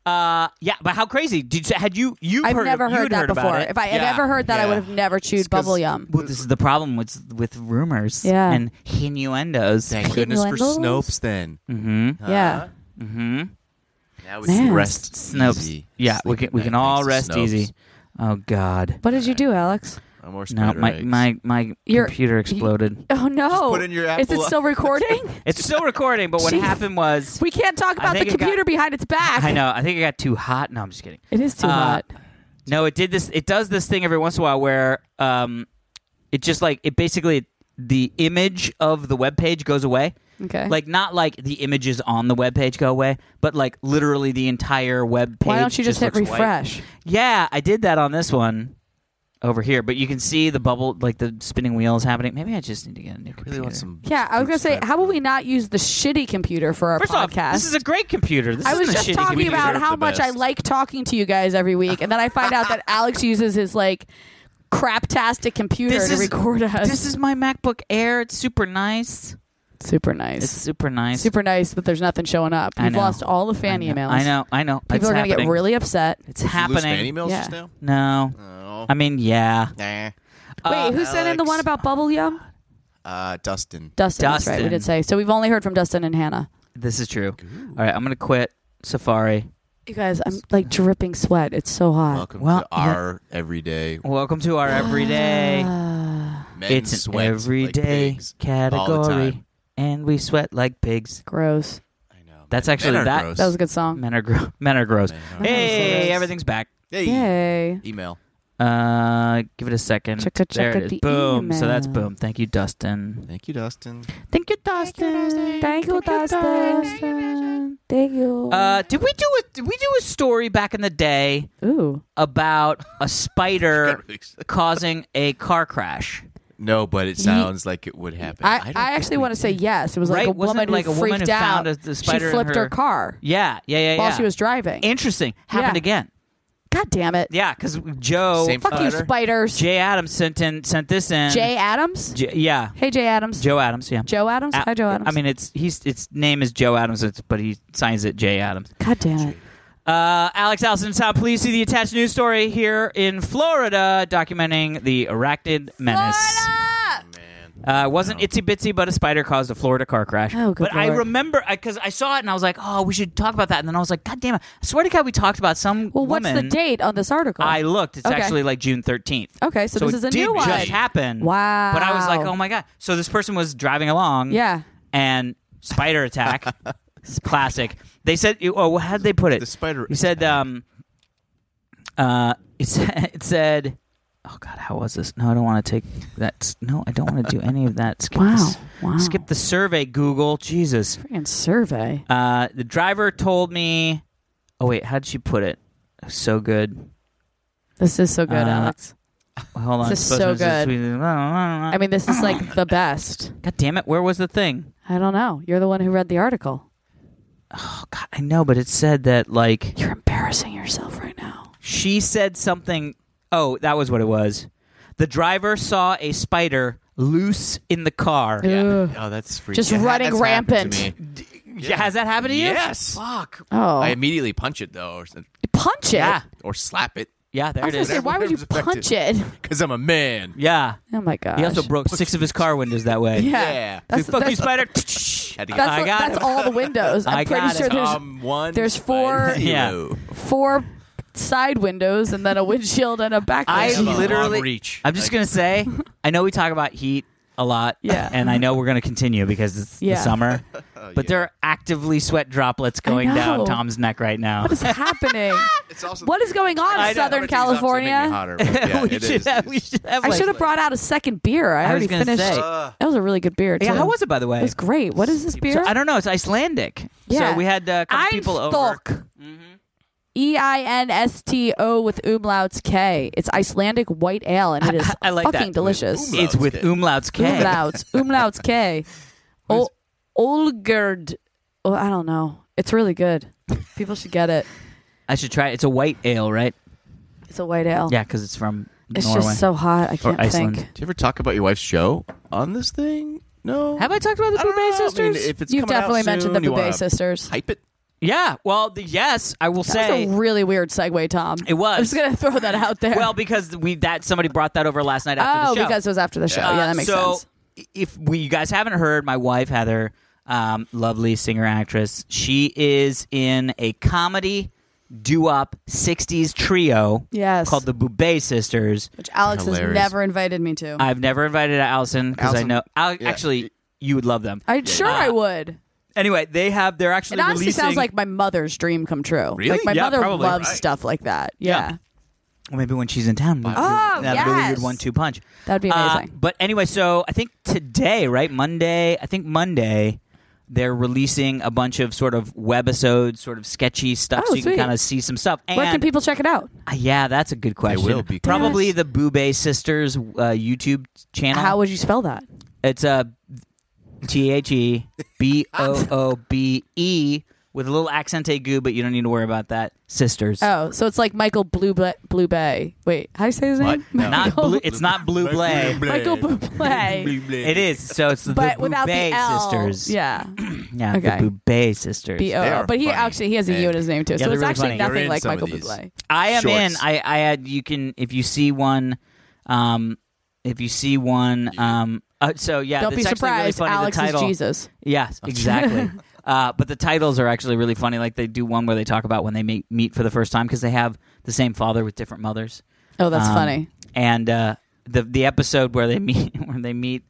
A: Uh, yeah, but how crazy? Did you, had you you
B: I've
A: heard
B: never
A: of,
B: heard
A: you'd
B: that
A: heard
B: before.
A: About it.
B: If I had
C: Yeah.
B: ever heard that, I
C: Yeah.
B: would have never chewed
C: 'cause-
B: bubble yum.
A: well, this is the problem with with rumors
B: Yeah.
A: and innuendos.
C: Thank goodness for
B: Innuendos?
C: Snopes then. Uh,
A: Mm-hmm.
B: yeah.
A: Mm-hmm.
C: Now we
B: Man.
C: can rest
A: Snopes.
C: easy.
A: Yeah, we
C: Sleep
A: can
C: at
A: we
C: night
A: can all
C: thanks
A: rest
C: to Snopes.
A: easy. Oh God.
B: What did you do, Alex?
C: No more
A: No,
C: spider
A: my
C: eggs.
A: my my
B: Your-
A: computer exploded.
B: Oh no!
C: put in your
B: Is it
C: Apple-
B: still recording?
A: it's still recording, but what
B: Jeez.
A: happened was
B: we can't talk
A: I
B: about the
A: think it got-
B: computer behind its back.
A: I know. I think it got too hot. No, I'm just kidding.
B: It is too
A: Uh,
B: hot.
A: No, it did this. It does this thing every once in a while where um, it just like it basically the image of the web page goes away.
B: Okay.
A: Like not like the images on the web page go away, but like literally the entire web page.
B: why don't you just, hit
A: looks white.
B: refresh?
A: Yeah, I did that on this one over here, but you can see the bubble, like the spinning wheels happening. Maybe I just need to get a new computer.
C: really want some.
B: Yeah, I was gonna say,
C: Spider-
B: how about we not use the shitty computer for our
A: First
B: podcast?
A: off, this is a great computer. This
B: I was
A: isn't a
B: just
A: shitty
B: talking
A: computer.
B: about
C: deserve
B: how
C: the
B: much I
C: best.
B: like talking to you guys every week, and then I find out that Alex uses his like craptastic computer
A: This
B: to
A: is-
B: record us.
A: This is my MacBook Air. It's super nice.
B: super nice.
A: It's super nice.
B: super nice, but there's nothing showing up.
A: I
B: You've
A: know.
B: lost all the fan
A: I know,
B: emails.
A: I know. I know.
B: People
A: It's
B: are gonna
A: happening.
B: get really upset.
A: It's
C: Did you lose fan
A: happening.
C: emails
B: Yeah.
C: just now?
A: No.
C: Oh.
A: I mean, yeah.
C: Nah.
A: Uh,
B: Wait, who sent in the
C: Alex.
B: one about bubble yum?
C: Uh, Dustin.
B: Dustin. That's right. We
A: Dustin.
B: did say so. We've only heard from Dustin and Hannah.
A: This is true. All right, I'm gonna quit Safari.
B: You guys, I'm like dripping sweat. It's so hot.
C: Welcome
A: well,
C: to
A: yeah.
C: our everyday
A: Welcome to our everyday.
B: Ah,
C: men
A: It's an
C: sweat like
A: everyday
C: pigs. all the
A: category,
C: time.
A: and we sweat like pigs.
B: gross.
C: I know.
A: That's
C: Men
A: actually
C: are
A: that-
C: gross.
B: That was a good song.
A: Men are gro- men are gross.
C: Men are-
B: Men are so
A: Hey,
B: gross.
A: everything's back.
C: Hey.
B: Yay.
C: Email.
A: Uh, give it a second.
B: Checka,
A: there
B: checka
A: it
B: the
A: is. Boom. So that's
B: email.
A: boom. Thank you, Dustin.
C: Thank you, Dustin.
A: Thank you, Dustin.
B: Thank you, Dustin. Thank you.
A: Uh, did we do a did we do a story back in the day
B: Ooh.
A: about a spider
C: Got really excited.
A: causing a car crash?
C: No, but it sounds like it would happen.
B: I,
C: don't
B: I
C: think
B: actually
C: we
B: want to say yes. It was like
A: Right?
B: a
A: Wasn't
B: woman
A: it like
B: who
A: a woman
B: freaked
A: who
B: out.
A: found a- the spider
B: she
A: in
B: flipped her,
A: her-
B: car
A: Yeah, yeah, yeah, yeah.
B: while she was driving.
A: Interesting. Happened
B: Yeah.
A: again.
B: God damn it!
A: Yeah, because Joe, uh,
C: Same
B: Fuck you,
C: Spider.
B: spiders. Jay,
A: Jay Adams sent in sent this in.
B: Adams.
A: J- yeah,
B: hey, Jay Adams.
A: Joe Adams. Yeah,
B: Joe Adams.
A: A-
B: Hi, Joe Adams.
A: I mean, it's he's its name is Joe Adams, it's, but he signs it Jay Adams.
B: God damn it!
A: Uh, Alex Allison Top, please see the attached news story here in Florida documenting the arachnid menace. Uh, it wasn't itsy bitsy, but a spider caused a Florida car crash.
B: Oh, good
A: but I
B: Lord.
A: remember because I saw it and I was like, "Oh, we should talk about that." And then I was like, "God damn it! I swear to God, we talked about some
B: Well, what's
A: woman."
B: the date on this article?
A: I looked. It's
B: Okay.
A: actually like June thirteenth.
B: okay, so, this
A: it
B: is a
A: did
B: new one.
A: just happen.
B: Wow.
A: But I was like, "Oh my God!" So this person was driving along.
B: Yeah.
A: And spider attack. classic. They said, "Oh, how did they put it?"
C: The spider.
A: He said, um, uh, it said, it said, oh God, how was this? No, I don't want to take that. No, I don't want to do any of that. Skip
B: Wow.
A: this-
B: Wow.
A: Skip the survey, Google. Jesus.
B: freaking survey.
A: Uh, the driver told me, oh wait, how'd she put it? So good.
B: This is so good,
A: Uh,
B: Alex.
A: Hold on.
B: This is so good. I
A: I mean,
B: mean, this is like the best.
A: God damn it. Where was the thing?
B: I don't know. You're the one who read the article.
A: Oh God, I know, but it said that like
B: You're embarrassing yourself right now.
A: She said something. Oh, that was what it was. The driver saw a spider loose in the car.
B: Ugh.
C: "Oh, that's freaky."
B: Just
C: Yeah,
B: running
C: that's happened to
B: rampant.
C: me.
A: Yeah, Has that happened to you?
C: Yes.
A: Fuck.
B: Oh,
C: I immediately punch it though, or,
B: punch it!
A: Yeah.
C: or slap it,
A: Yeah, there
B: I was
A: it
B: gonna
A: is.
B: say, why would you
C: Whatever's
B: punch it?
C: because I'm a man.
A: Yeah.
B: Oh my god!
A: He also broke six of his car windows that way.
B: Yeah,
C: Yeah.
B: that's
A: Fuck you,
B: that's,
A: spider.
C: Had to get
B: that's,
A: I got
B: that's
A: it.
B: all the windows. I'm
A: I
B: pretty
A: got Um, it.
B: sure there's
C: Tom Um, one.
B: there's four-
C: spider
A: Yeah.
C: zero.
B: four side windows and then a windshield and a back.
A: I
C: Have a
B: windshield.
C: long
A: literally-
C: reach.
A: I'm just
C: Like,
A: gonna say, I know we talk about heat a lot.
B: Yeah.
A: And I know we're gonna continue because it's
B: Yeah.
A: the summer.
C: oh,
A: But
C: yeah.
A: there are actively sweat droplets going
B: know.
A: down Tom's neck right now.
B: What is happening?
C: It's also
B: what is going on
A: I
B: in
A: know.
B: Southern California?
C: Hotter, but yeah,
A: we
C: it
A: should
C: is.
A: have. We should have.
B: I
A: like-
B: should have brought out a second beer.
A: I
B: I,
A: was
B: already
A: gonna
B: finished.
A: say.
C: Uh,
B: That was a really good beer.
A: Yeah.
B: too.
A: How was it, by the way?
B: It was great. What is this beer?
A: So, I don't know. It's Icelandic.
B: Yeah.
A: So we had uh, a couple people over. Mm-hmm.
B: Einstök. E I N S T O with umlauts K. It's Icelandic white ale, and it is
A: I like
B: fucking
A: that.
B: delicious.
C: Umlauts.
A: It's with
C: K.
A: umlauts K.
B: Umlauts, umlauts K. Oh, Olgerd. Oh, I don't know. It's really good. People should get it.
A: I should try. it. It's a white ale, right?
B: It's a white ale.
A: Yeah, because it's from
B: It's
A: Norway.
B: just so hot. I
A: Or
B: can't
A: Iceland.
B: think.
C: Do you ever talk about your wife's show on this thing? No.
A: Have I talked about the
C: I don't
A: Bourbet
C: know. I mean,
A: sisters?
C: if it's
B: You've
C: coming out
B: definitely mentioned the
C: soon, you
B: Bouvet
C: wanna
B: sisters.
C: Hype it.
A: yeah. Well, the, yes, I will
B: That
A: say
B: was a really weird segue, Tom.
A: It was.
B: I'm just gonna throw that out there.
A: Well, because we that somebody brought that over last night after
B: oh,
A: the show.
B: because it was after the show.
A: Uh,
B: yeah, that makes
A: so
B: sense.
A: If we you guys haven't heard, my wife Heather, um, lovely singer actress, she is in a comedy doo up '60s trio
B: Yes.
A: called the Bouvet Sisters.
B: Which Alex has
C: Hilarious.
B: never invited me to.
A: I've never invited Allison because I
C: Allison-
A: know. Al-
C: yeah.
A: Actually, you would love them.
B: I'm sure I would.
A: Anyway, they have. They're actually
B: It honestly
A: releasing.
B: sounds like my mother's dream come true.
C: Really?
B: Like my
A: Yeah,
B: mother
A: probably.
B: loves
C: Right.
B: stuff like that.
A: Yeah.
B: Yeah.
A: Well, maybe when she's in town. we-
B: Oh,
A: that'd be a really
B: yes.
A: good one-two punch.
B: That'd be
A: Uh,
B: amazing.
A: but anyway, so I think today, right, Monday, I think Monday, they're releasing a bunch of sort of webisodes, sort of sketchy stuff,
B: Oh,
A: so you
B: sweet.
A: can kind of see some stuff. And
B: Where can people check it out?
A: uh, yeah, that's a good question.
C: will be.
A: probably
B: Yes.
A: the Boobay Sisters uh, YouTube channel.
B: How would you spell that?
A: it's a T H E B O O B E with a little accent a goo, but you don't need to worry about that. Sisters.
B: Oh, so it's like Michael Blue Blue Bay. Wait, how do you say his name?
C: What? No.
A: Not
B: Michael,
A: blue, it's not blue blay.
B: Michael Bublé.
A: It is. So it's the
B: but
A: Boubet
B: without the L.
A: sisters.
B: Yeah.
A: Yeah,
B: Okay.
A: the Boubet sisters.
B: B O.
C: They
B: O.
C: are
B: But he
C: funny.
B: actually he has a U in his name too,
A: Yeah,
B: so
A: they're
B: it's
A: really
B: actually
A: funny.
B: nothing
C: You're in
B: like
C: some of
B: Michael
C: these.
B: Bublé.
A: I am
C: Shorts.
A: in. I I had you can if you see one, um, if you see one, um. Uh, so yeah,
B: Don't
A: it's
B: be
A: actually really
B: surprised.
A: funny,
B: Alex
A: the
B: is
A: title.
B: Jesus.
A: Yes, exactly. uh, but the titles are actually really funny. Like they do one where they talk about when they meet meet for the first time because they have the same father with different mothers.
B: Oh, that's
A: Um,
B: funny.
A: And uh, the the episode where they meet where they meet.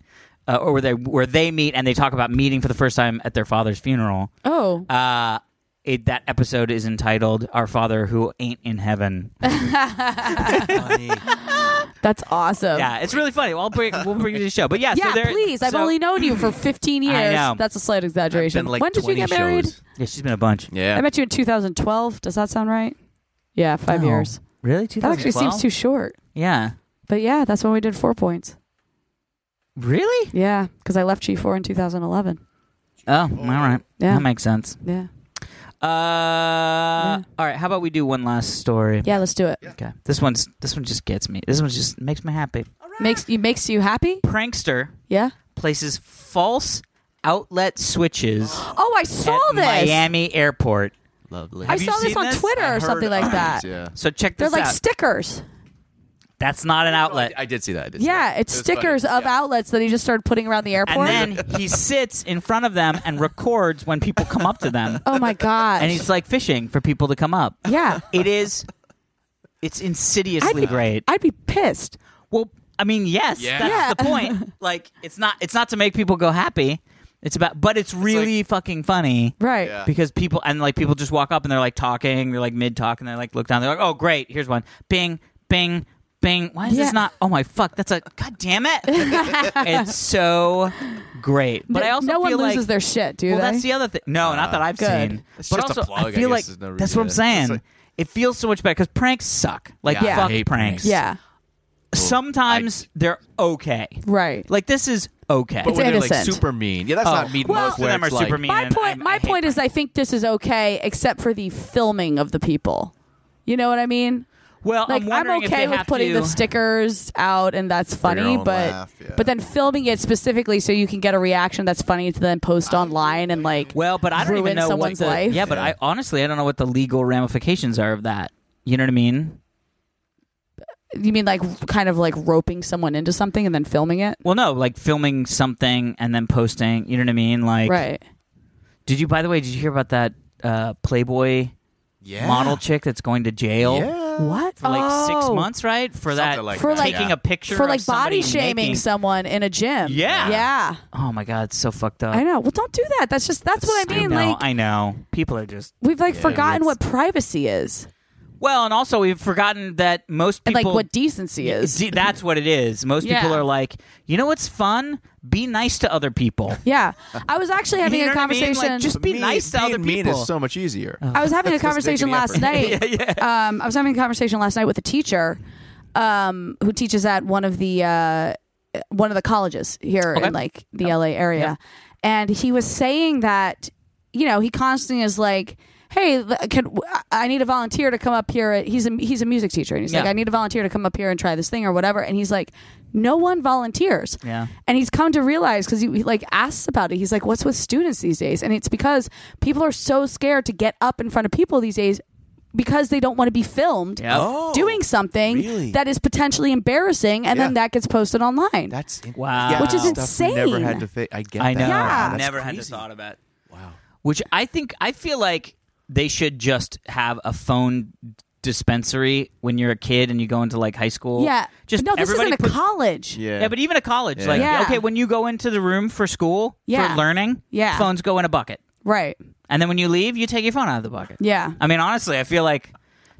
A: Uh, or where they where they meet and they talk about meeting for the first time at their father's funeral.
B: Oh,
A: Uh, it, that episode is entitled "Our Father Who Ain't in Heaven."
B: that's awesome.
A: Yeah, it's really funny. Well, I'll bring, we'll bring you to the show. But yeah,
B: Yeah,
A: so there,
B: please. I've
A: so-
B: only known you for 15 years.
A: know.
B: That's a slight
C: I've
B: exaggeration.
C: been like
B: when did you
C: 20
B: get married?
C: shows.
A: Yeah, she's been a bunch.
B: I
C: Yeah.
B: met you in 2012. Does that sound right? Yeah, five
A: No.
B: years.
A: Really?
B: That actually
A: 2012?
B: seems too short.
A: Yeah.
B: But yeah, that's when we did four points.
A: Really?
B: Yeah, because I left G4 in 2011.
A: Oh, all right.
B: Yeah.
A: That makes sense.
B: Yeah.
A: Uh, All right. How about we do one last story?
B: Yeah, let's do it.
A: Okay. This one's this one just gets me. This one just makes me happy.
B: Makes you makes you happy?
A: Prankster
B: Yeah.
A: places false outlet switches
B: Oh, I saw
A: at
B: this.
A: Miami Airport.
C: Lovely.
B: I
A: you
B: saw this
A: seen
B: on
A: this?
B: Twitter
C: I
B: or something
C: heard
B: like
C: of
B: that.
C: it, Yeah.
A: So check
B: They're
A: this
B: like
A: out.
B: stickers.
A: That's not an outlet.
C: I did see that. I did see
B: Yeah,
C: that.
B: it's
C: It was
B: stickers
C: funny.
B: of
C: Yeah.
B: outlets that he just started putting around the airport.
A: And then he sits in front of them and records when people come up to them.
B: oh my gosh.
A: and he's like fishing for people to come up.
B: yeah.
A: It is, it's insidiously great.
B: I'd be pissed.
A: well, I mean, yes,
C: Yeah.
A: that's
B: Yeah.
A: the point. Like, it's not, it's not to make people go happy. It's about, but it's really fucking funny
B: Right.
C: Yeah.
A: because people and like people just walk up and they're like talking, they're like mid talk, and they like look down. They're like, oh great, here's one. Bing, bing, bing. Why is
B: Yeah.
A: this not? Oh my fuck, that's a god damn it. it's so great. But I also
B: no one
A: feel like
B: loses their shit, eh? do
A: well,
B: they?
A: that's the other thing. No, not that I've
B: Good.
A: seen.
C: It's
A: but
C: just a
A: also,
C: plug,
A: I
C: I
A: feel
C: guess,
A: like
C: there's no
A: that's what I'm
C: reason. It's
A: saying.
C: like-
A: it feels so much better because pranks suck. Like
C: Yeah. I
A: fuck
C: hate
A: pranks.
C: pranks.
B: yeah.
A: Sometimes they're okay.
B: Right.
A: Like this is okay.
C: But
B: It's
C: when they're like
B: innocent.
C: super mean. Yeah, that's
A: Oh,
C: not mean.
A: well,
C: enough
A: most of
C: where
A: them
C: it's
A: are super
C: like-
A: mean.
B: my
A: and
B: point
A: I-
B: my
A: I hate
B: point is I think this is okay except for the filming of the people. You know what I mean?
A: well,
B: Like
A: I'm
B: I'm,
A: wondering if
B: okay
A: they
B: with
A: have
B: putting
A: to,
B: the stickers out and that's funny,
C: own
B: but
C: laugh, yeah.
B: but then filming it specifically so you can get a reaction that's funny to then post online and like
A: Well, but I don't even
B: ruin
A: know what
B: someone's
A: the
B: life.
A: yeah. But
C: Yeah.
A: I honestly I don't know what the legal ramifications are of that. You know what I mean?
B: you mean like kind of like roping someone into something and then filming it?
A: Well, no, like filming something and then posting. You know what I mean? Like,
B: right.
A: did you? By the way, did you hear about that uh, Playboy
C: yeah.
A: model chick that's going to jail?
C: Yeah.
B: What?
A: for like six
B: Oh.
A: months, right? For that,
C: Something like
B: For,
C: that,
B: like,
A: taking
C: yeah.
A: a picture
B: for
A: of
B: like
A: somebody
B: body shaming
A: making-
B: someone in a gym.
A: Yeah.
B: Yeah.
A: Oh my god, it's so fucked up.
B: I know. Well, don't do that. That's just that's what I mean.
A: know,
B: like
A: I know. People are just
B: we've like forgotten
C: it's-
B: what privacy is
A: well, and also we've forgotten that most
B: and
A: people.
B: like what decency is.
A: D- that's what it is. Most
B: Yeah.
A: people are like, you know what's fun? Be nice to other people.
B: Yeah, I was actually having
A: You know
B: a
A: what I mean? Like,
B: conversation.
A: just be
C: Mean-
A: nice to other
C: being mean
A: people. Oh.
C: is so much easier.
B: I was having a
C: supposed to make
B: conversation
C: any
B: last
C: effort.
B: night. Um, I was having a conversation last night with a teacher um, who teaches at one of the uh, one of the colleges here
A: Okay.
B: in like the LA area, and he was saying that you know he constantly is like hey l- can, i need a volunteer to come up here at, he's a he's a music teacher and he's like
A: Yeah.
B: i need a volunteer to come up here and try this thing or whatever and he's like no one volunteers
A: Yeah.
B: and he's come to realize because he, he, like asks about it he's like what's with students these days and it's because people are so scared to get up in front of people these days because they don't want to be filmed
A: Yeah.
C: Oh.
B: doing something
C: really?
B: that is potentially embarrassing and then
C: Yeah.
B: that gets posted online
C: That's in-
A: Wow.
B: Which is
C: stuff we Never
B: insane.
C: had to. Fi- I get.
A: I
C: that.
A: know.
B: Yeah.
A: I
C: That's
A: never had to
C: crazy.
A: thought about.
C: Wow.
A: Which I think I feel like they should just have a phone dispensary when you're a kid and you go into like high school.
B: yeah
A: Just
B: But no this
A: everybody
B: isn't a
A: puts-
B: college
C: Yeah.
A: Yeah. but even a college,
C: Yeah.
A: like
B: Yeah.
A: okay, when you go into the room for school
B: Yeah.
A: for learning,
B: Yeah.
A: phones go in a bucket,
B: right
A: and then when you leave, you take your phone out of the bucket.
B: yeah
A: I mean, honestly, I feel like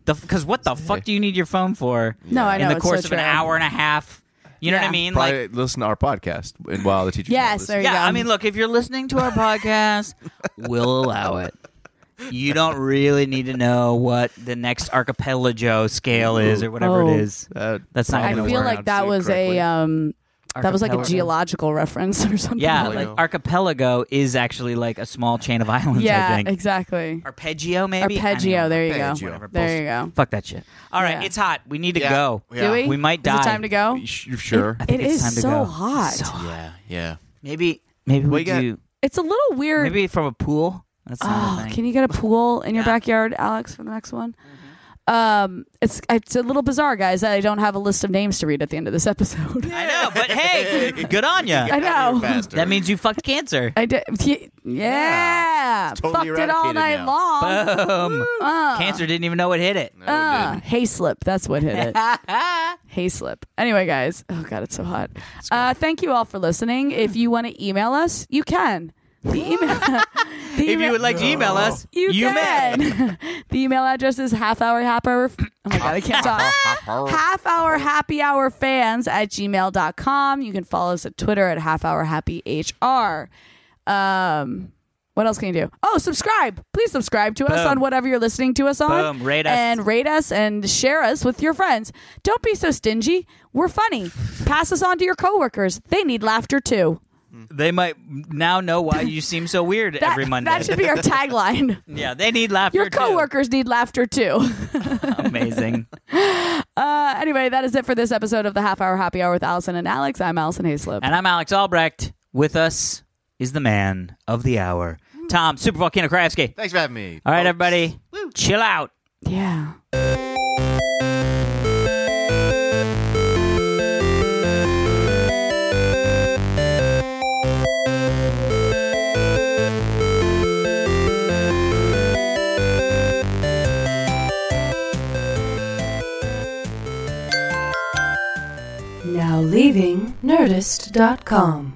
A: the because what the fuck do you need your phone for?
B: no i know
A: in the
B: it's
A: course
B: so
A: of an
B: true.
A: hour and a half. You know what
B: Yeah.
A: I mean?
C: probably
A: like,
C: listen to our podcast and while the teacher's
B: Yes,
C: not listening.
B: there you
A: yeah.
B: go.
A: I mean, look, if you're listening to our podcast, we'll allow it. You don't really need to know what the next archipelago scale is or whatever
B: Oh.
A: it is.
C: Uh,
A: That's not
B: I
A: gonna
B: feel
A: work.
B: like that was a um, that was like a
A: Archipelago.
B: geological reference or something.
A: Yeah,
B: like,
A: like
C: Archipelago.
A: archipelago is actually like a small chain of islands. I
B: yeah,
A: think
B: exactly.
A: arpeggio maybe. I don't
B: Arpeggio,
A: know.
B: there you
C: Arpeggio.
B: go. There you go.
A: Fuck that shit. All right,
B: Yeah.
A: it's hot. We need to
C: Yeah.
A: go.
C: Yeah. Do
B: Do we?
A: We might
B: Is
A: die.
B: it time to go?
C: You sh- you sure?
A: I think
B: It
A: it's
B: is
A: time to
B: so
A: go.
B: hot.
A: So hot.
C: yeah. Yeah.
A: Maybe maybe we,
C: We got-
A: do
B: It's a little weird.
A: maybe from a pool. That's not
B: oh,
A: a thing.
B: can you get a pool in your
A: Yeah. Mm-hmm.
B: backyard, Alex, for the next one? Um, it's it's a little bizarre, guys, that I don't have a list of names to read at the end of this episode.
A: I know, but hey, good on ya.
B: I know.
A: That means you fucked cancer.
B: I did. Yeah,
C: totally
B: fucked it all
C: eradicated
B: night
C: now.
B: long.
A: Boom.
B: Uh,
A: Um, Cancer didn't even know it hit
C: Oh,
A: it. Ah.
B: uh, hay slip. That's what hit it. Hay slip. Anyway, guys. Oh god, it's so hot. Uh, thank you all for listening. If you want to email us, you can. The email. the
A: If you
B: email-
A: would like to email us,
B: you,
A: may.
B: can. the email address is half hour happy hour. Oh my god, I can't talk. half hour happy hour fans at gmail.com. You can follow us at Twitter at half hour happy HR. Um, what else can you do? Oh, subscribe. Please subscribe to us
A: Boom.
B: on whatever you're listening to us on.
A: Boom. Rate us.
B: And rate us and share us with your friends. Don't be so stingy. We're funny. Pass us on to your coworkers. They need laughter too.
A: They might now know why you seem so weird
B: That,
A: every Monday.
B: that should be our tagline.
A: yeah, they need laughter.
B: Your
A: too.
B: coworkers need laughter too.
A: Amazing.
B: Uh, anyway, that is it for this episode of the Half Hour Happy Hour with Allison and Alex. I'm Allison Hayslip.
A: And I'm Alex Albrecht. With us is the man of the hour, Tom Super Volcano Kravsky.
C: Thanks for having me.
A: All right, everybody, chill out.
B: yeah.
D: Now leaving Nerdist.com.